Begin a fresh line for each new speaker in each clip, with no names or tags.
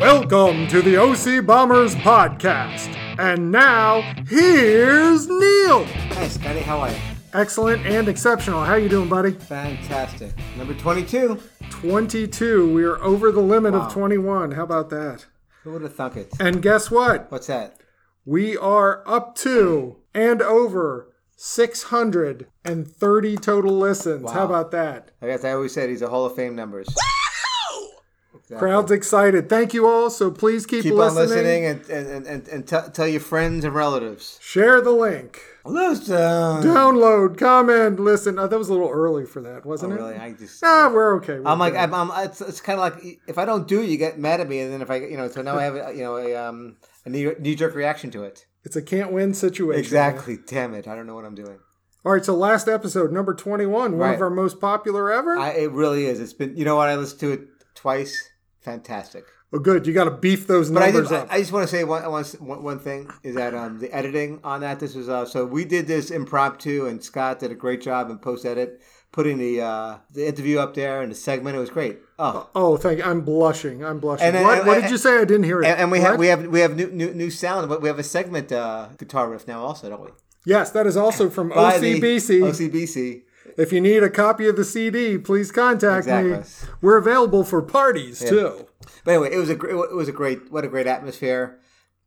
Welcome to the OC Bombers podcast. And now, here's Neil.
Hey, Scotty, how are you?
Excellent and exceptional. How you doing, buddy?
Fantastic. Number 22.
22. We are over the limit
Wow.
of 21. How about that?
Who would have thunk it?
And guess what?
What's that?
We are up to and over 630 total listens. How
Wow.
about that?
I guess I always said he's a Hall of Fame numbers. Exactly.
Crowd's excited. Thank you all. So please keep,
Keep on
listening.
listening and, and, and, and, and tell tell your friends and relatives.
Share the link.
Listen.
Download, comment, listen. Oh, that was a little early for that, wasn't it?
Oh, Really, I just.
Ah, we're okay. We're
I'm like
good.
I'm, I'm it's, it's kind of like if I don't do it, you get mad at me, and then if I you know so now I have a, you know a um a knee knee jerk reaction to it.
it's a can't win situation.
Exactly. Damn it! I don't know what I'm doing.
All right, so last episode, number 21, one of
Right.
our most popular ever.
I, it really is. It's been you know what I listened to it twice. Fantastic.
oh, good. You got to beef those
But I
numbers
just, I
up.
I just want to say one, I want to s- one, one thing is that um, the editing on that this was uh, so we did this impromptu and Scott did a great job in post edit putting the uh, the interview up there and the segment it was great oh
oh, thank you. I'm blushing. I'm blushing.
And-
what,
and-
what did you say? I didn't hear it.
and, and we
What?
have we have we have new new, new sound but we have a segment uh, guitar riff now also don't we
Yes, that is also from
By the
OCBC.
OCBC
if you need a copy of the CD, please contact me.
Exactly.
We're available for parties, too.
but anyway it was a gr- it was a great what a great atmosphere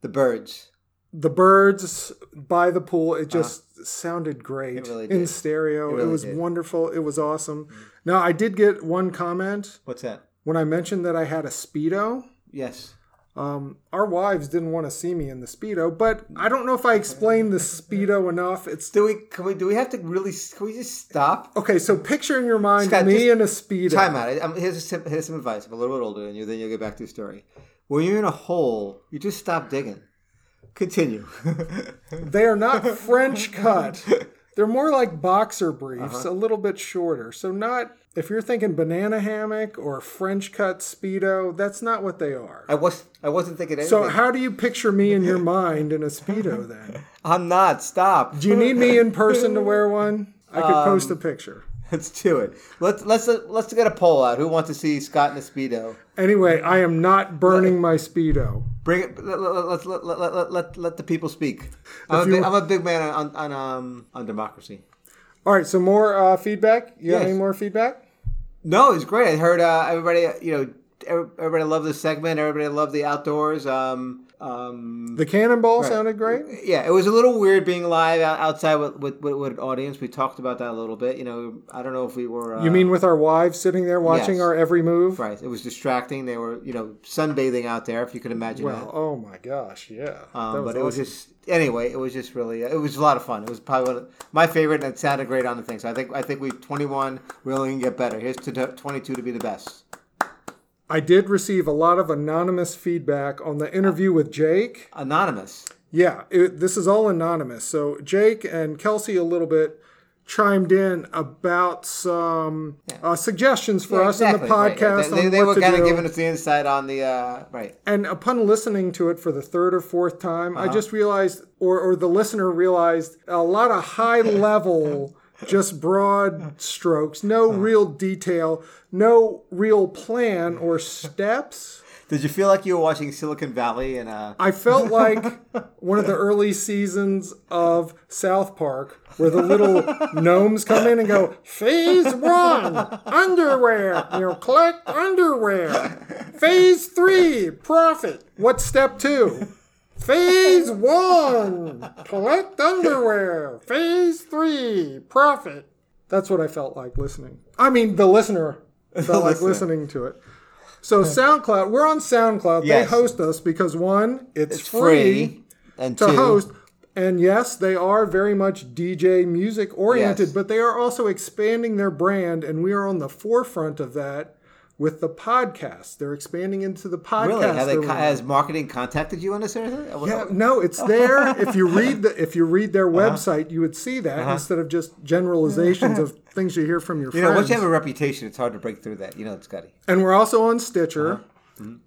the birds
The Birds by the pool. It just sounded great
Uh-huh. really
in
did.
stereo. It,
really
was
did. Mm-hmm.
wonderful. It was awesome. Now, I did get one comment
what's that
when I mentioned that I had a Speedo.
yes
Our wives didn't want to see me in the Speedo, but I don't know if I explained the Speedo enough. It's
do we can we do we have to really s- can we just stop
okay, so picture in your mind
Scott,
me
just-
in a Speedo.
Time out. Um, here's, a sim- here's some advice. I'm a little bit older than you. Then you'll get back to your story. When you're in a hole, you just stop digging. Continue.
They are not French cut. They're more like boxer briefs,
Uh-huh.
a little bit shorter. So not if you're thinking banana hammock or French cut Speedo, that's not what they are.
I was I wasn't thinking anything.
So how do you picture me in your mind in a speedo then?
I'm not. Stop.
Do you need me in person to wear one? I could post a picture.
Let's do it. Let's let's uh, let's get a poll out. Who wants to see Scott in a speedo?
Anyway, I am not burning my speedo.
Bring it. Let let let let let, let, let the people speak. I'm a,
you-
big, I'm a big man on, on um on democracy.
All right, so more uh, feedback. You have
Yes.
any more feedback?
No, it's great. I heard uh, everybody. You know, every- everybody loved this segment. Everybody loved the outdoors. Um um.
The cannonball sounded great.
Yeah, it was a little weird being live out- outside with, with, with, with an audience. We talked about that a little bit. You know, I don't know if we were. Uh,
You mean with our wives sitting there watching
Yes.
our every move?
right? It was distracting. They were, you know, sunbathing out there, if you could imagine
Well, oh my gosh, yeah.
that. Um,
That
but it was just anyway. It was just really. It was a lot of fun. It was probably one of, my favorite, and it sounded great on the thing. So I think I think we twenty one. We only can get better. Here's to twenty two to be the best.
I did receive a lot of anonymous feedback on the interview with Jake.
Anonymous.
Yeah, it, this is all anonymous. So Jake and Kelsey a little bit chimed in about some uh, suggestions for us
Exactly,
in the
right.
podcast
They, they,
on
they
what
were
to
kind
do.
of giving us the insight on the uh, right.
and upon listening to it for the third or fourth time, I just realized, or or the listener realized, a lot of high level. Just broad strokes, no real detail, no real plan or steps.
Did you feel like you were watching Silicon Valley and uh,
I felt like one of the early seasons of South Park, where the little gnomes come in and go, Phase one, underwear. You know, collect underwear. Phase three, profit. What's step two? Phase one, collect underwear. Phase three, profit. That's what I felt like listening. I mean, the listener felt like
listener.
listening to it. So SoundCloud, we're on SoundCloud.
Yes.
They host us because one, it's,
It's
free,
free and
to
two,
host, and yes, they are very much DJ music oriented,
Yes.
but they are also expanding their brand, and we are on the forefront of that with the podcast. They're expanding into the podcast.
Really? Have they,
arena.
has marketing contacted you on this or anything?
uh, Yeah, no, it's there. if you read the if you read their
Uh-huh.
website, you would see that instead of just generalizations of things you hear from your
You know,
friends.
once you have a reputation, it's hard to break through that. You know, it's Scotty.
and we're also on Stitcher.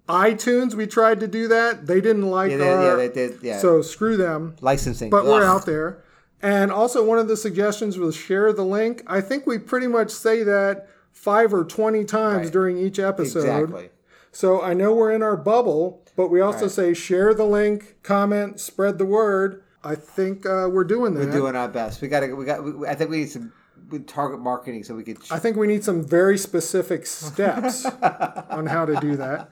iTunes, we tried to do that. They didn't like
Yeah, Uh-huh. they,
our
yeah, they did. Yeah,
Uh, so screw them.
licensing.
But we're
Ugh.
out there. And also one of the suggestions was share the link. I think we pretty much say that five or twenty times during each episode.
Exactly.
So I know we're in our bubble, but we also say share the link, comment, spread the word. I think uh, we're doing that.
We're doing our best. We got to. We got. We, I think we need some we target marketing so we could.
I think we need some very specific steps on how to do that.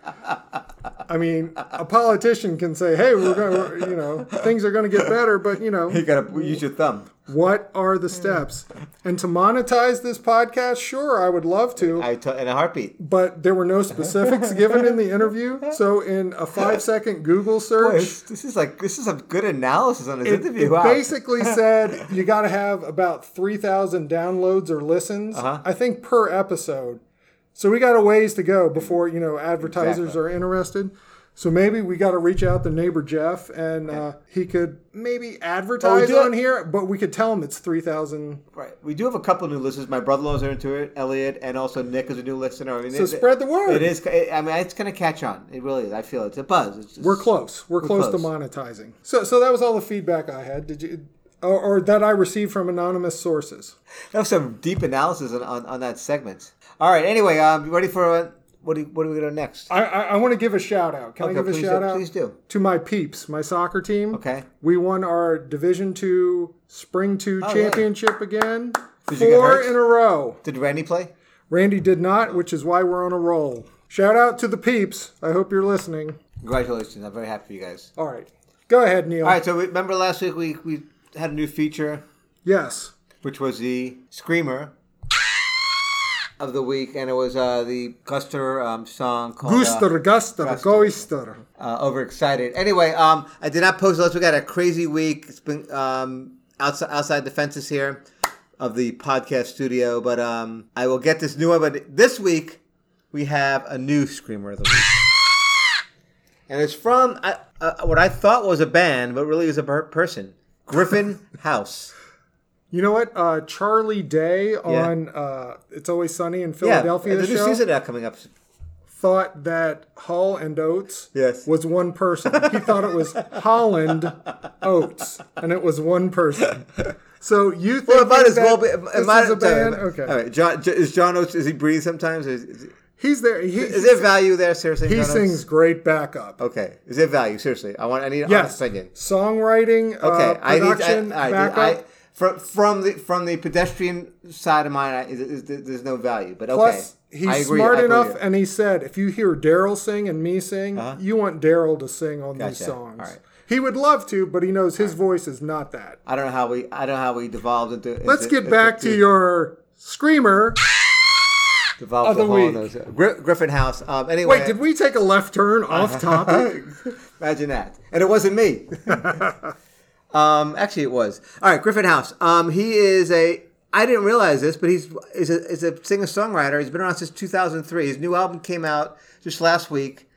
I mean, a politician can say, "Hey, we're going, to you know, things are going to get better," but you know,
you got to use your thumb.
what are
Hmm.
the steps? And to monetize this podcast, sure, I would love to,
I t- in a heartbeat.
but there were no specifics given in the interview. So, in a five-second Google search,
This, this is like this is a good analysis on this
it,
interview.
it
Wow.
basically said you got to have about 3,000 downloads or listens,
Uh-huh.
I think, per episode. So we got a ways to go before, you know, advertisers
Exactly.
are interested. So maybe we got to reach out to neighbor Jeff and uh, he could maybe advertise
do
on
it-
here, but we could tell him it's 3,000.
Right. We do have a couple new listeners. My brother-in-law's are into it. Elliot and also Nick is a new listener. I mean,
So spread the word.
It is. I mean, it's going to catch on. It really is. I feel it. it's a buzz. It's just,
We're close. We're, close, to
close.
monetizing. So, so that was all the feedback I had. Did you, or, or that I received from anonymous sources?
That was some deep analysis on, on, on that segment. All right. Anyway, um, you ready for uh, what? Do, what are we going to do next?
I, I, I want to give a shout out. Can
Okay,
I give a
please
shout
do,
out?
please do.
To my peeps, my soccer team.
Okay.
We won our Division Two Spring Two
Oh, yeah.
championship again.
Did you get
Four
hurt?
in a row.
Did Randy play?
Randy did not, which is why we're on a roll. Shout out to the peeps. I hope you're listening.
Congratulations. I'm very happy for you guys.
All right. Go ahead, Neil.
All right. So we, remember last week we we had a new feature.
Yes.
which was the screamer of the week, and it was uh, the Guster um, song called uh,
Guster, Guster, Goister.
uh, "Overexcited." Anyway, um, I did not post those. We got a crazy week. It's been um, outside outside the fences here of the podcast studio, but um, I will get this new one. But this week we have a new screamer of the week. And it's from uh, uh, what I thought was a band, but really was a per- person. Griffin House.
You know what? Uh, Charlie Day on uh, It's Always Sunny in Philadelphia
yeah, the new
show.
season now coming up.
thought that Hall and Oates
Yes.
was one person. He thought it was Holland Oates, and it was one person. So you think
Well, it might as
that
well be. It
this
might,
is a band?
sorry, but-
Okay,
All right. John, J- is John Oates? Is he breathing sometimes? Is, is,
he's there. He,
is there value there? Seriously,
he
John Oates?
sings great backup.
Okay. Is there value? Seriously, I want. I need an honest
Yes,
opinion.
songwriting. uh,
Okay. I need.
production
I, I,
backup.
I, from from the from the pedestrian side of mine, I, is, is, there's no value. But okay.
Plus,
I
he's
agree, I
smart
agree
enough,
with you. Uh-huh.
and he said, if you hear Daryl sing and me sing, you want Daryl to sing on these
Gotcha.
songs.
All right.
He would love to, but he knows his voice is not that.
I don't know how we. I don't know how we devolved into.
Let's
into-
get back to your screamer.
devolved
of the
the whole
week.
Those, Gri- Griffin House. Um. Anyway.
Wait, did we take a left turn
Uh-huh.
off topic?
Imagine that. And it wasn't me. um, actually, it was. All right, Griffin House. Um, he is a. I didn't realize this, but he's is a, is a singer songwriter. He's been around since 2003. His new album came out just last week,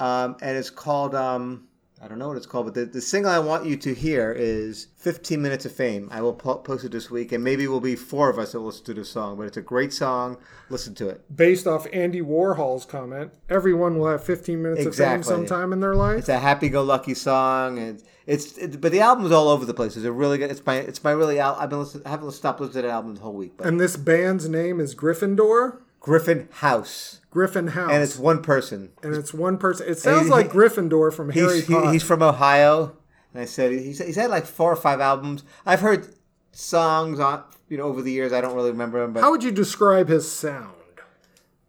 um, and it's called. Um, I don't know what it's called, but the, the single I want you to hear is 15 Minutes of Fame. I will po- post it this week, and maybe we'll be four of us that will listen to this song, but it's a great song. Listen to it.
Based off Andy Warhol's comment, everyone will have 15 minutes of fame
Exactly.
sometime in their life.
It's a happy-go-lucky song, and it's it, but the album's all over the place. It's a really good. It's my it's my really. Al- I've been listening. I haven't stopped listening to the album the whole week. But
And this band's name is Gryffindor,
Griffin House,
Griffin House.
and it's one person.
And it's one person. It sounds
he-
like Gryffindor from Harry
He's, he,
Potter.
he's from Ohio, and I said he's, he's had like four or five albums. I've heard songs on you know over the years. I don't really remember them, but
How would you describe his sound?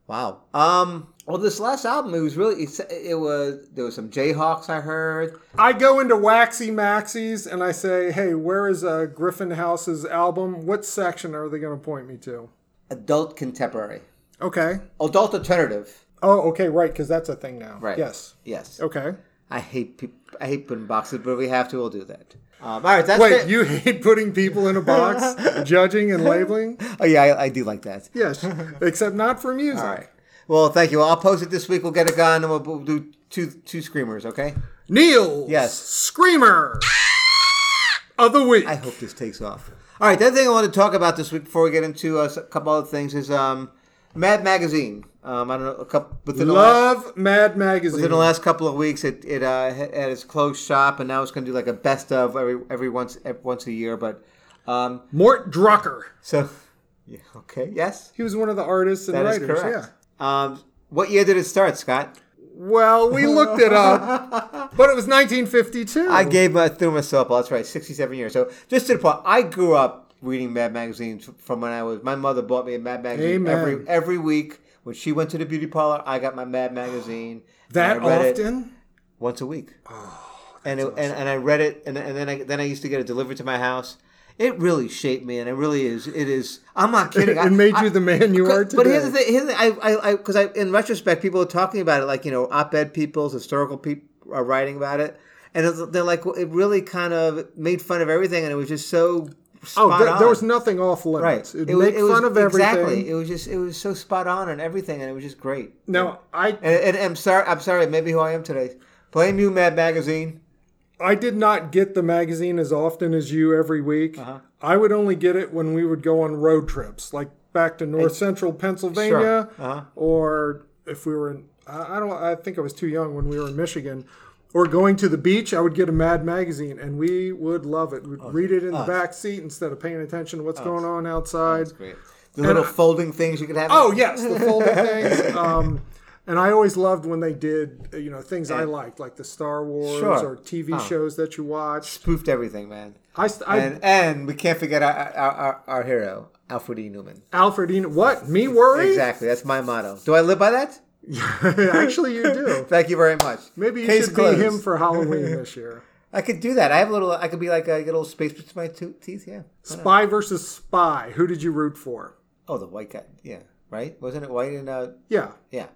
wow. Um. Well, this last album, it was really it's, it was there was some Jayhawks I heard.
I go into Waxy Maxies and I say, hey, where is uh, Griffin House's album? What section are they going to point me to?
Adult contemporary,
Okay.
adult alternative.
Oh, okay, right, because that's a thing now.
Right.
Yes.
Yes.
Okay.
I hate peop I hate putting boxes, but if we have to. We'll do that. Um, all right, that's
Wait,
it.
you hate putting people in a box, judging and labeling?
oh yeah, I, I do like that.
Yes, except not for music.
All right. Well, thank you. I'll post it this week. We'll get it gone, and we'll, we'll do two two screamers. Okay.
Neil.
Yes.
Screamer of the week.
I hope this takes off. All right. The other thing I want to talk about this week before we get into uh, a couple other things is um, Mad Magazine. Um, I don't know a couple within the last,
Love Mad Magazine.
within the last couple of weeks it it uh, had had its closed shop, and now it's going to do like a best of every every once every once a year. But um,
Mort Drucker.
so yeah, okay, yes.
He was one of the artists and
That is
writers.
correct. Um, what year did it start, Scott?
Well, we looked it up, but it was 1952.
I gave my threw myself. That's right, sixty-seven years. So just to the point, I grew up reading Mad magazines from when I was. My mother bought me a Mad magazine
Amen.
every every week. When she went to the beauty parlor, I got my Mad magazine.
that
and I read it
often.
once a week.
Ah,
and, it, and and I read it, and and then I then I used to get it delivered to my house. It really shaped me, and it really is. It is. I'm not kidding. I-
It made
I-
you the man you are today.
but here's the thing. Here's the thing I, I, I, because I, in retrospect, people are talking about it, like you know, op-ed people's historical people are writing about it, and it's, they're like, well, it really kind of made fun of everything, and it was just so. Spot
Oh, there,
on.
there was nothing off limits.
right.
It'd make
was-
fun of everything.
Exactly. It was just. It was so spot on and everything, and it was just great.
Now, I
And, and, I'm sorry. I'm sorry. Maybe who I am today. Blame you, Mad Magazine.
I did not get the magazine as often as you every week.
Uh-huh.
I would only get it when we would go on road trips, like back to North Central Pennsylvania,
Uh-huh.
or if we were in. I I don't. I think I was too young when we were in Michigan. Or going to the beach, I would get a Mad magazine, and we would love it.
Oh,
We'd read it in the back seat instead of paying attention to what's going on outside.
Great. The little folding things you could have.
Oh yes, the folded things. Um, and I always loved when they did, uh, you know, things I liked, like the Star Wars
Sure.
or TV shows that you watch.
spoofed everything, man.
I, st- I
And and we can't forget our our, our, our hero, Alfred E. Newman.
Alfred Eno. What? Me worry?
Exactly. That's my motto. Do I live by that?
Actually, you do.
Thank you very much.
Maybe you
Case
should
closed.
be him for Halloween this year.
I could do that. I have a little. I could be like a little space between my two teeth. Yeah.
Spy versus spy. Who did you root for?
Oh, the white guy. Yeah. Right. Wasn't it white and uh?
Yeah,
Yeah.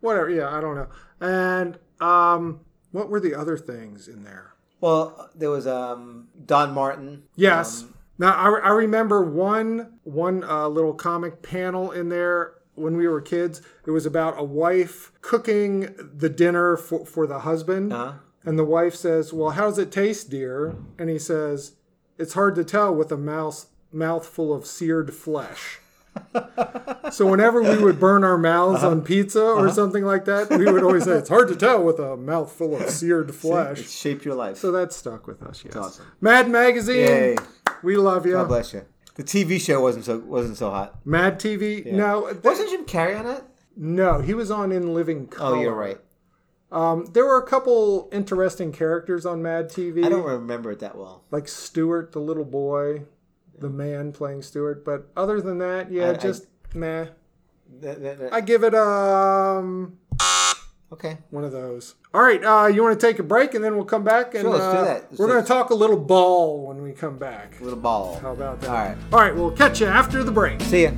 whatever. Yeah, I don't know. And um, what were the other things in there?
Well, there was um Don Martin.
Yes.
Um,
now I, I remember one one uh, little comic panel in there when we were kids. It was about a wife cooking the dinner for for the husband,
Uh-huh.
and the wife says, "Well, how's it taste, dear?" And he says, "It's hard to tell with a mouse mouthful of seared flesh." so whenever we would burn our mouths
Uh-huh.
on pizza or something like that, we would always say, "It's hard to tell with a mouthful of seared flesh."
It shaped your life.
So that stuck with us. Yes.
awesome.
Mad Magazine.
Yay.
We love
God
you.
bless you. The TV show wasn't so wasn't so hot.
Mad TV. No, th-
Wasn't Jim Carrey on it?
no, he was on In Living Color.
Oh, you're right.
Um, there were a couple interesting characters on Mad TV,
I don't remember it that well.
like Stewart, the little boy, the man playing Stewart. But other than that, yeah,
I- I-
just nah.
Th- th- th-
I give it um
Okay.
one of those. All right, uh, you want to take a break and then we'll come back and
Sure, let's do
uh,
that. Let's
we're
do-
going to talk a little ball when we come back.
Little ball.
How about that?
All right.
All right, we'll catch you after the break.
See ya.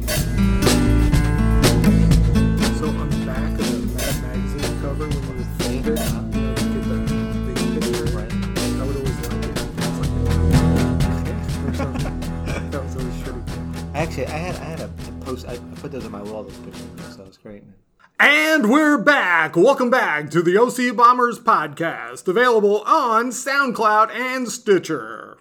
So on the back of the Mad magazine cover, when you would fold it, you know, to get the big picture. I would always like it. It's like a- or something. that was always pretty cool.
Actually, I had I had a post. I put those on my wall. Those pictures, so it was great.
And we're back. Welcome back to the OC Bombers podcast, available on SoundCloud and Stitcher.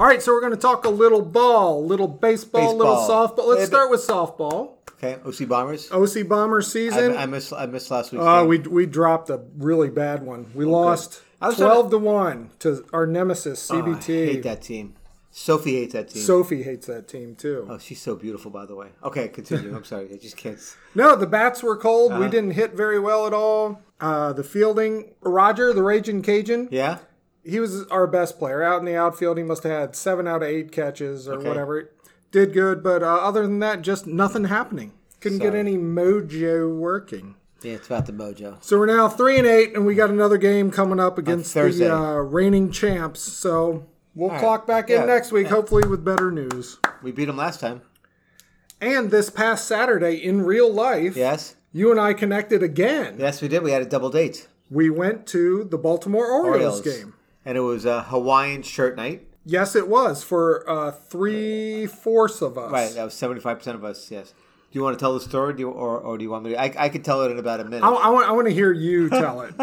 All right, so we're going to talk a little ball, little baseball,
Baseball.
little softball. Let's
Yeah, but-
start with softball.
Okay, OC Bombers.
OC Bomber
I,
season.
I missed I missed last week's
Uh,
game.
we we dropped a really bad one. We lost
I was Oh,
twelve to one to our nemesis CBT.
I hate that team. Sophie hates that team.
Sophie hates that team too.
oh, she's so beautiful, by the way. Okay, continue. I'm sorry. I just can't. s-
No, the bats were cold.
Uh-huh.
We didn't hit very well at all. Uh, the fielding, Roger, the raging Cajun,
Yeah.
he was our best player out in the outfield. He must have had seven out of eight catches or whatever. Did good, but uh, other than that, just nothing happening. Couldn't get
Sorry.
any mojo working.
Yeah, it's about the mojo.
So we're now three and eight, and we got another game coming up against
Thursday.
the uh, reigning champs. So we'll
right.
clock back in
Yeah.
next week, hopefully with better news.
We beat them last time.
And this past Saturday in real life,
Yes.
you and I connected again.
Yes, we did. We had a double date.
We went to the Baltimore Orioles,
Orioles.
game.
And it was a Hawaiian shirt night.
Yes, it was for uh, three fourths of us.
Right. That was 75 percent of us. Yes. Do you want to tell the story, do you, or or do you want me? To, I I could tell it in about a minute.
I, I, want, I want to hear you tell it.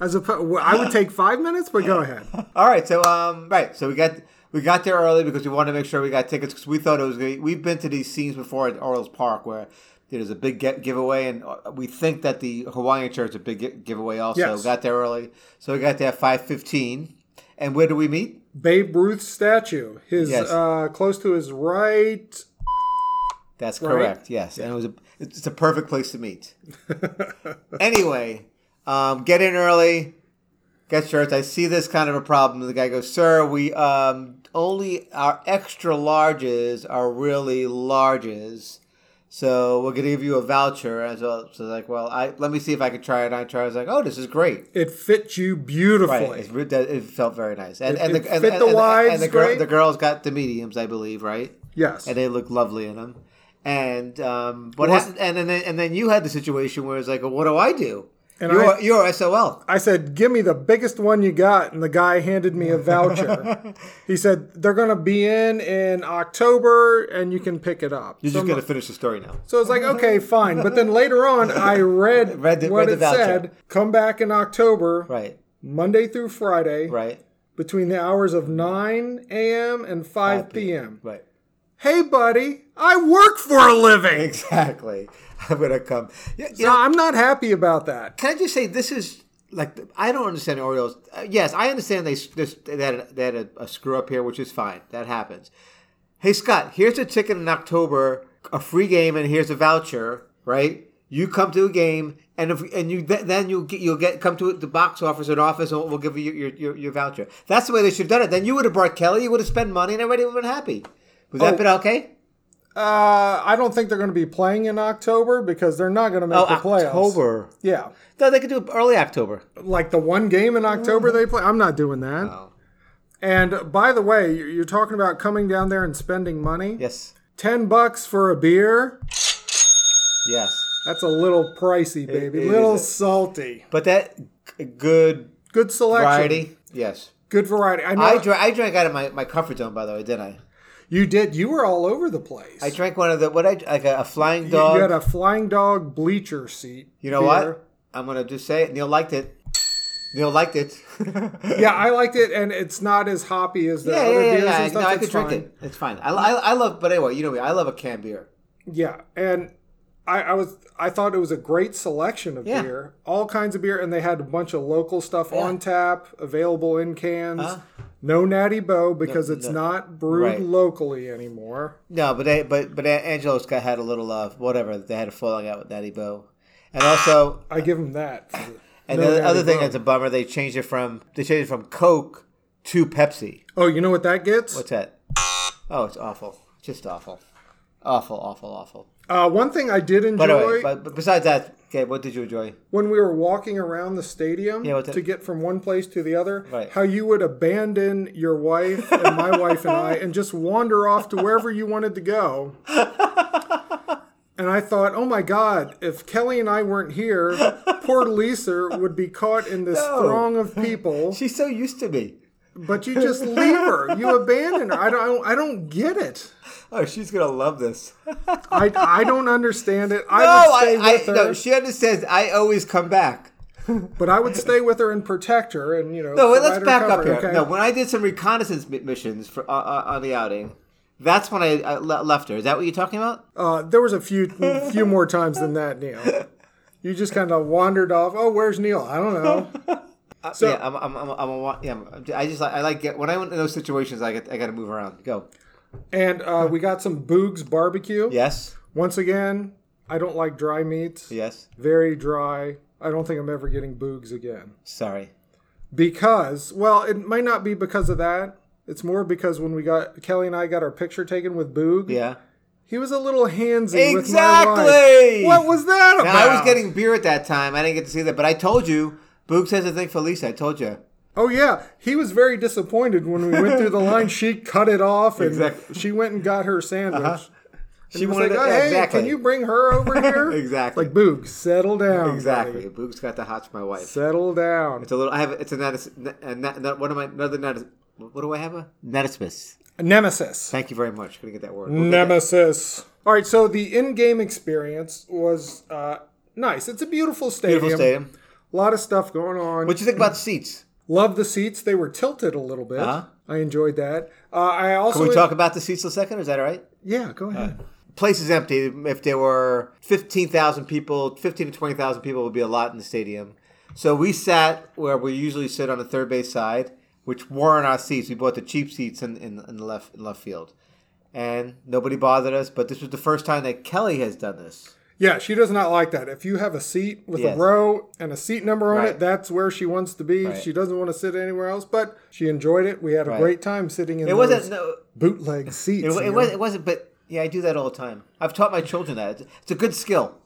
As a, I would take five minutes, but go ahead.
All right, so um, right, so we got we got there early because we wanted to make sure we got tickets because we thought it was gonna, we've been to these scenes before at Orioles Park where there's a big get, giveaway and uh, we think that the Hawaiian shirt's a big gi- giveaway also.
Yes.
We Got there early, so we got there at five fifteen, and where do we meet?
Babe Ruth statue. His
Yes.
uh, close to his right.
That's correct. Yes, and it was a, It's a perfect place to meet. anyway, um, get in early, get shirts. I see this kind of a problem. The guy goes, "Sir, we um, only our extra larges are really larges." So we're gonna give you a voucher as well. So like, well, I let me see if I can try it. I try. I was like, oh, this is great.
It fits you beautifully.
Right. It's, re- that- it felt very nice. And,
It-
and the,
it
and,
fit
and-
the
and
wides
and the, girl,
great.
the girls got the mediums, I believe, right?
Yes.
And they look lovely in them. And um, what happened? And, then and then you had the situation where it's like, well, what do I do?
And
you're,
I-
you're SOL.
I said, "Give me the biggest one you got," and the guy handed me a voucher. he said, "They're gonna be in in October, and you can pick it up."
You're
So
just
I'm
gonna finish the story now.
So it's like, okay, fine. But then later on, I read,
Read the-
what
read the
it
voucher.
said. Come back in October,
Right.
Monday through Friday,
Right.
between the hours of 9 a.m. and 5 p.m.
Right.
Hey, buddy, I work for a living.
Exactly. I'm gonna come. You- you
So I'm not happy about that.
can I just say this is like I don't understand the Orioles. Uh, yes, I understand they this, they had, a, they had a, a screw up here, which is fine. That happens. Hey Scott, here's a ticket in October, a free game, and here's a voucher. Right? You come to a game, and if and you th- then you'll get you'll get come to the box office or an office, and we'll give you your, your, your voucher. That's the way they should have done it. Then you would have brought Kelly. You would have spent money, and everybody would have been happy. Would that
Oh.
been okay?
Uh, I don't think they're going to be playing in October because they're not going to make
Oh,
the playoffs.
October.
Yeah.
No, they could do it early October.
Like the one game in October they play. I'm not doing that.
Oh.
And by the way, you- you're talking about coming down there and spending money.
Yes.
10 bucks for a beer.
Yes.
That's a little pricey, baby.
it is
little
a-
salty.
But that g- good
Good selection.
variety. Yes.
Good variety. I know
I, dra- I drank out of my, my comfort zone, by the way, didn't I?
you did. You were all over the place.
I drank one of the, what I, like a, a flying
You- you,
dog. You,
had a flying dog bleacher seat.
know
beer.
what? I'm going to just say it. Neil liked it. Neil liked it. yeah,
Yeah, I liked it, and it's not as hoppy as the
yeah,
other
yeah,
beers
yeah.
and stuff.
No, I
It's
could drink
fine.
it. It's fine. I, I, I love, but anyway, you know me. I love a canned beer.
Yeah, and I, I was I thought it was a great selection of
Yeah.
beer, all kinds of beer, and they had a bunch of local stuff on tap, available in cans. No Natty Bow because it's not brewed
Right.
locally anymore.
No, but they, but but Angelo's got had a little love, whatever. They had a falling out with Natty Bo, and also
I give him that. for the-
and
no
the
Natty
other thing
Bo.
that's a bummer. They changed it from they changed it from Coke to Pepsi.
Oh, you know what that gets?
What's that? Oh, it's awful. Just awful. Awful, awful, awful.
Uh, one thing I did enjoy
But anyway, but, but besides that, okay, what did you enjoy?
when we were walking around the stadium
Yeah, what's that?
to get from one place to the other,
Right.
how you would abandon your wife and my wife and I and just wander off to wherever you wanted to go. And I thought, oh my God, if Kelly and I weren't here, poor Lisa would be caught in this
No.
throng of people.
She's so used to me.
But you just leave her, you abandon her. I don't, I don't get it.
Oh, she's gonna love this. no,
I, I don't understand it. I would
I,
stay
I,
with her.
no, she understands. I always come back.
But I would stay with her and protect her, and you know.
No, wait,
provide
let's
her
back up
cover,
here.
okay?
No, when I did some reconnaissance mi- missions for uh, uh, on the outing, that's when I, I le- left her. Is that what you're talking about?
Uh, there was a few few more times than that, Neil. You just kind of wandered off. Oh, where's Neil? I don't know. So-
yeah, I'm, I'm, I'm, I'm a, wa- yeah, I'm- I just, like- I like get when I went in those situations, I get, I got to move around. Go.
And uh, we got some Boog's barbecue.
Yes.
Once again, I don't like dry meats.
Yes.
Very dry. I don't think I'm ever getting Boog's again.
Sorry.
Because, well, it might not be because of that. It's more because when we got Kelly and I got our picture taken with Boog,
Yeah.
he was a little handsy with my
Exactly!
wife. What was that about?
Now, I was getting beer at that time. I didn't get to see that, but I told you, Boog says a thing for Lisa. I told you.
Oh yeah, he was very disappointed when we went through the line. She cut it off, and
Exactly.
she went and got her sandwich. She
She
was
Uh-huh. wanted
like,
to-
"Oh,
yeah,
"Hey,
exactly.
can you bring her over here?"
Exactly.
Like, Boog, settle down.
Exactly.
buddy.
Boog's got the hots for my wife.
Settle down.
It's a little. I have. It's a natis- and that one of my another natis- What do I have? A natismus.
Nemesis.
Thank you very much. Gonna get that word. We'll get that.
Nemesis. All right. So the in-game experience was uh, nice. It's a beautiful stadium.
Beautiful stadium.
A lot of stuff going on.
What you think about the seats?
Love the seats. They were tilted a little bit.
Uh-huh.
I enjoyed that. Uh, I also
Can we talk about the seats for a second? Is that all right?
Yeah, go ahead.
Place is empty. If there were fifteen thousand people, fifteen to twenty thousand people would be a lot in the stadium. So we sat where we usually sit on the third base side, which weren't our seats. We bought the cheap seats in, in, in the left in left field, and nobody bothered us. But this was the first time that Kelly has done this.
Yeah, she does not like that. If you have a seat with
Yes.
a row and a seat number on
Right.
it, that's where she wants to be.
Right.
She doesn't want to sit anywhere else, but she enjoyed it. We had a
Right.
great time sitting in
It
those
wasn't. No,
bootleg seats.
it, wa-
you
it,
know?
was, it wasn't. But yeah, I do that all the time. I've taught my children that. It's, it's a good skill.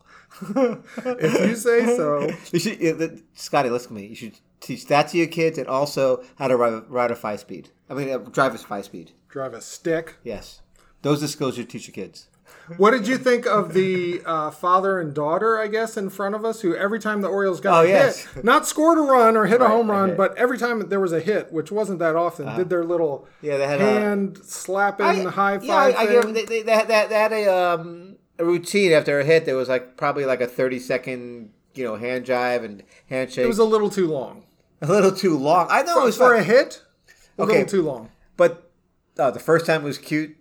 if you say so.
You should, yeah, that- Scotty, listen to me. You should teach that to your kids, and also how to ride, ride a five speed. I mean, uh, drive a five speed.
Drive a stick.
Yes, those are skills you teach your kids.
What did you think of the uh, father and daughter, I guess, in front of us, who every time the Orioles got
Oh,
a
yes.
hit, not scored a run or hit a
Right,
home
a
run,
hit. Uh-huh.
but every time there was a hit, which wasn't that often, did their little
Yeah, they had a-
hand slapping high five
Yeah, I, I
thing?
give them. They, they, they, had, they had a um, a routine after a hit. There was like probably like a thirty second, you know, hand jive and handshake.
it was a little too long.
a little too long. I know it was
Oh, For
fine.
a hit, a
Okay.
little too long.
But uh, the first time was cute.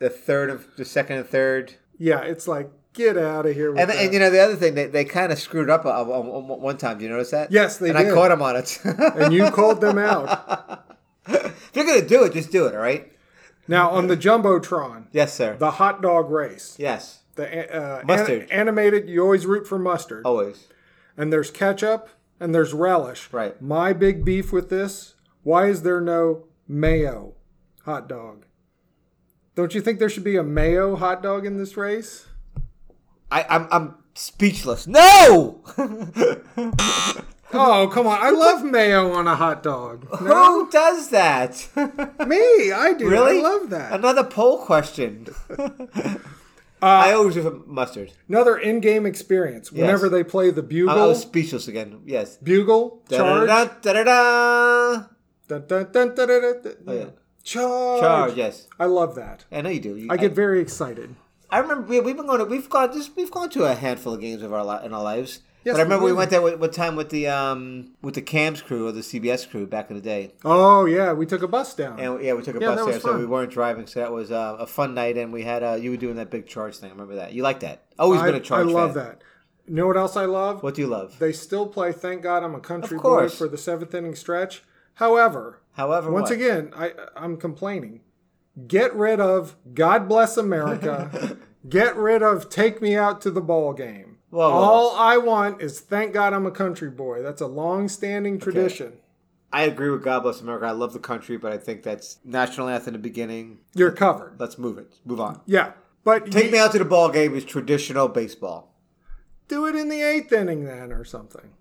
The third of the second and third,
Yeah, it's like, get out of here with
and,
that.
and you know the other thing they, they kind of screwed up uh, uh, um, one time. Do you notice that?
Yes, they
and
did.
I caught him on it. if
and you called them out.
you're gonna do it, just do it. All right.
Now, on the Jumbotron,
Yes, sir.
the hot dog race,
yes,
the uh, an-
Mustard. Oh.
animated, you always root for mustard.
always.
and there's ketchup and there's relish.
Right.
My big beef with this, why is there no mayo hot dog? Don't you think there should be a mayo hot dog in this race?
I, I'm I'm speechless. No.
Oh, come on. I love mayo on a hot dog. No,
Who does that?
me. I do.
really?
I love that. Uh,
Another poll question. I always with mustard.
Another in-game experience. Whenever they play the bugle,
I, I was speechless again. Yes.
bugle, charge.
Da, da, da, da, da.
Dun, dun, dun, dun, dun, dun, dun.
Oh, yeah.
Charge.
Charge. Yes.
I love that.
I know you do. You,
I get very excited.
I remember we, we've been going to we've gone this we've gone to a handful of games of our li- in our lives.
Yes,
but I remember
we
we went there with, with time with the um with the Cam's crew or the CBS crew back in the day,
Oh yeah, we took a bus down.
and yeah, we took a
Yeah, that
bus
was
there, so
fun.
we weren't driving. So that was uh, a fun night, and we had uh, you were doing that big charge thing. I remember that. You like that? Always
I,
been a charge.
I love
fan.
that. You know what else I love?
What do you love?
They still play Thank God I'm a Country
Of
Boy
course.
for the seventh inning stretch. However,
However,
once
what?
again, I, I'm complaining. Get rid of God Bless America. Get rid of Take Me Out to the Ball Game.
Whoa, whoa.
All I want is Thank God I'm a Country Boy. That's a long standing tradition.
I agree with God Bless America. I love the country, but I think that's national anthem in the beginning.
You're covered.
Let's move it. Move on.
Yeah. But
Take
you
me out to the ball game is traditional baseball.
do it in the eighth inning then or something.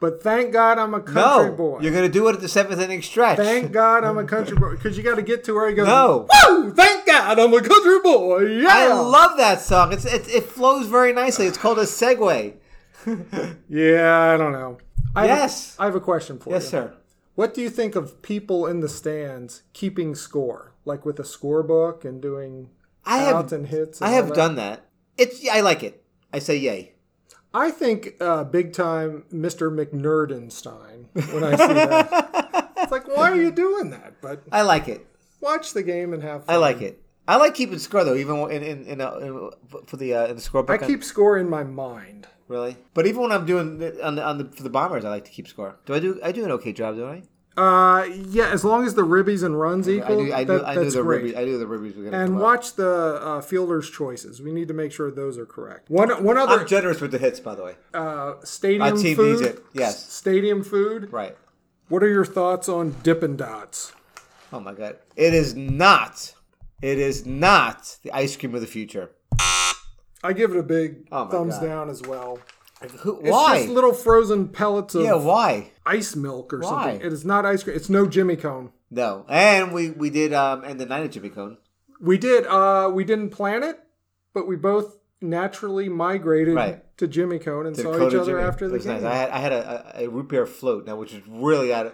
But thank God I'm a country
No,
boy.
you're gonna do it at the seventh inning stretch.
Thank God I'm a country boy. Because you got to get to where he goes.
No.
Woo! Thank God I'm a country boy. Yeah.
I love that song. It's it, it flows very nicely. It's called a segue.
yeah, I don't know. I
Yes.
Have a, I have a question for you.
Yes, sir.
What do you think of people in the stands keeping score, like with a scorebook and doing
I
outs
have
and hits? and
I
all
have
that?
done that. It's I like it. I say yay.
I think uh, big time Mr. McNerdenstein when I see that. it's like, why are you doing that? But
I like it.
watch the game and have fun.
I like it. I like keeping score though, even in in, in, uh, in for the uh, in the
I
scorebook.
keep score in my mind.
really, but even when I'm doing the, on the, on the for the bombers, I like to keep score. Do I do I do an okay job? Do I?
Uh, yeah, as long as the ribbies and runs
I
equal,
do. I do.
that-
I do
that's
the
great.
rubies. I do the rubies. We're gonna
And
come up.
watch the uh, fielder's choices. We need to make sure those are correct. One one other
I'm generous with the hits, by the way.
uh, stadium
Our team
food.
needs it. Yes.
s- Stadium food.
Right.
What are your thoughts on Dippin' Dots?
Oh my god. It is not. It is not the ice cream of the future.
I give it a big
Oh my
thumbs
God.
down as well.
Who,
It's
why?
just little frozen pellets of
yeah, why?
ice milk or something.
Why?
It is not ice cream. It's no Jimmy Cone.
No. And we we did um end the night at Jimmy Cone.
We did. Uh, we didn't plan it, but we both naturally migrated
Right.
to Jimmy Cone and saw
Cone
each
and
other
Jimmy.
after
It
the
was nice.
game.
I had I had a, a, a root beer float now, which is really out of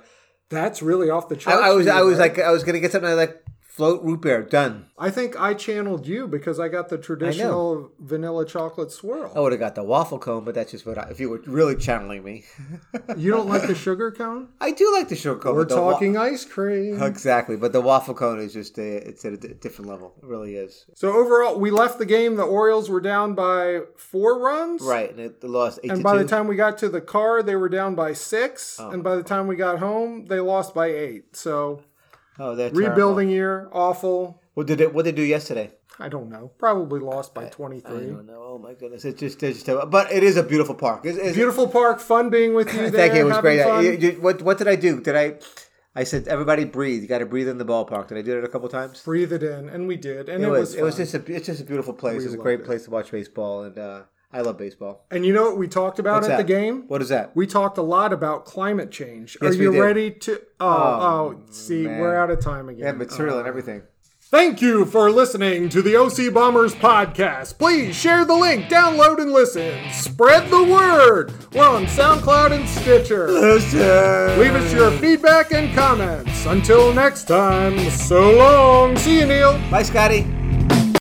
That's really off the
I,
charts.
I was
for you,
I was
right?
like I was gonna get something I like float root beer, done.
I think I channeled you because I got the traditional vanilla chocolate swirl.
I would have got the waffle cone, but that's just what I, if you were really channeling me.
You don't like the sugar cone?
I do like the sugar cone.
We're
but the wa-
talking ice cream.
exactly, but the waffle cone is just a, it's at a di- different level. It really is.
So overall, we left the game. The Orioles were down by four runs.
Right, and it lost eight
And
to
by
two.
the time we got to the car, they were down by six. And by the time we got home, they lost by eight. So
oh, they're terrible.
rebuilding year, awful.
What did it? What did they do yesterday?
I don't know. Probably lost by 23.
don't know. Oh my goodness! It's just, it's just but it is a beautiful park. It's, it's,
Beautiful park. Fun being with you there.
Thank you. It was
having
great. I,
fun.
you- you- what what did I do? Did I? I said everybody breathe. You got to breathe in the ballpark. Did I do that a couple times?
Breathe it in, and we did, and
It was. It was
fun.
just a. It's just a beautiful place.
We
It's a
loved
great
it.
place to watch baseball, and uh, I love baseball.
And you know what we talked about
What's
at
that?
the game?
What is that?
We talked a lot about climate change.
Yes,
Are
we
you
did.
ready to? Oh, oh, see,
man.
we're out of time again.
Yeah, material and everything.
Thank you for listening to the OC Bombers podcast. Please share the link, download and listen. Spread the word. We're on SoundCloud and Stitcher. Leave us your feedback and comments. Until next time, so long. See you, Neil.
Bye, Scotty.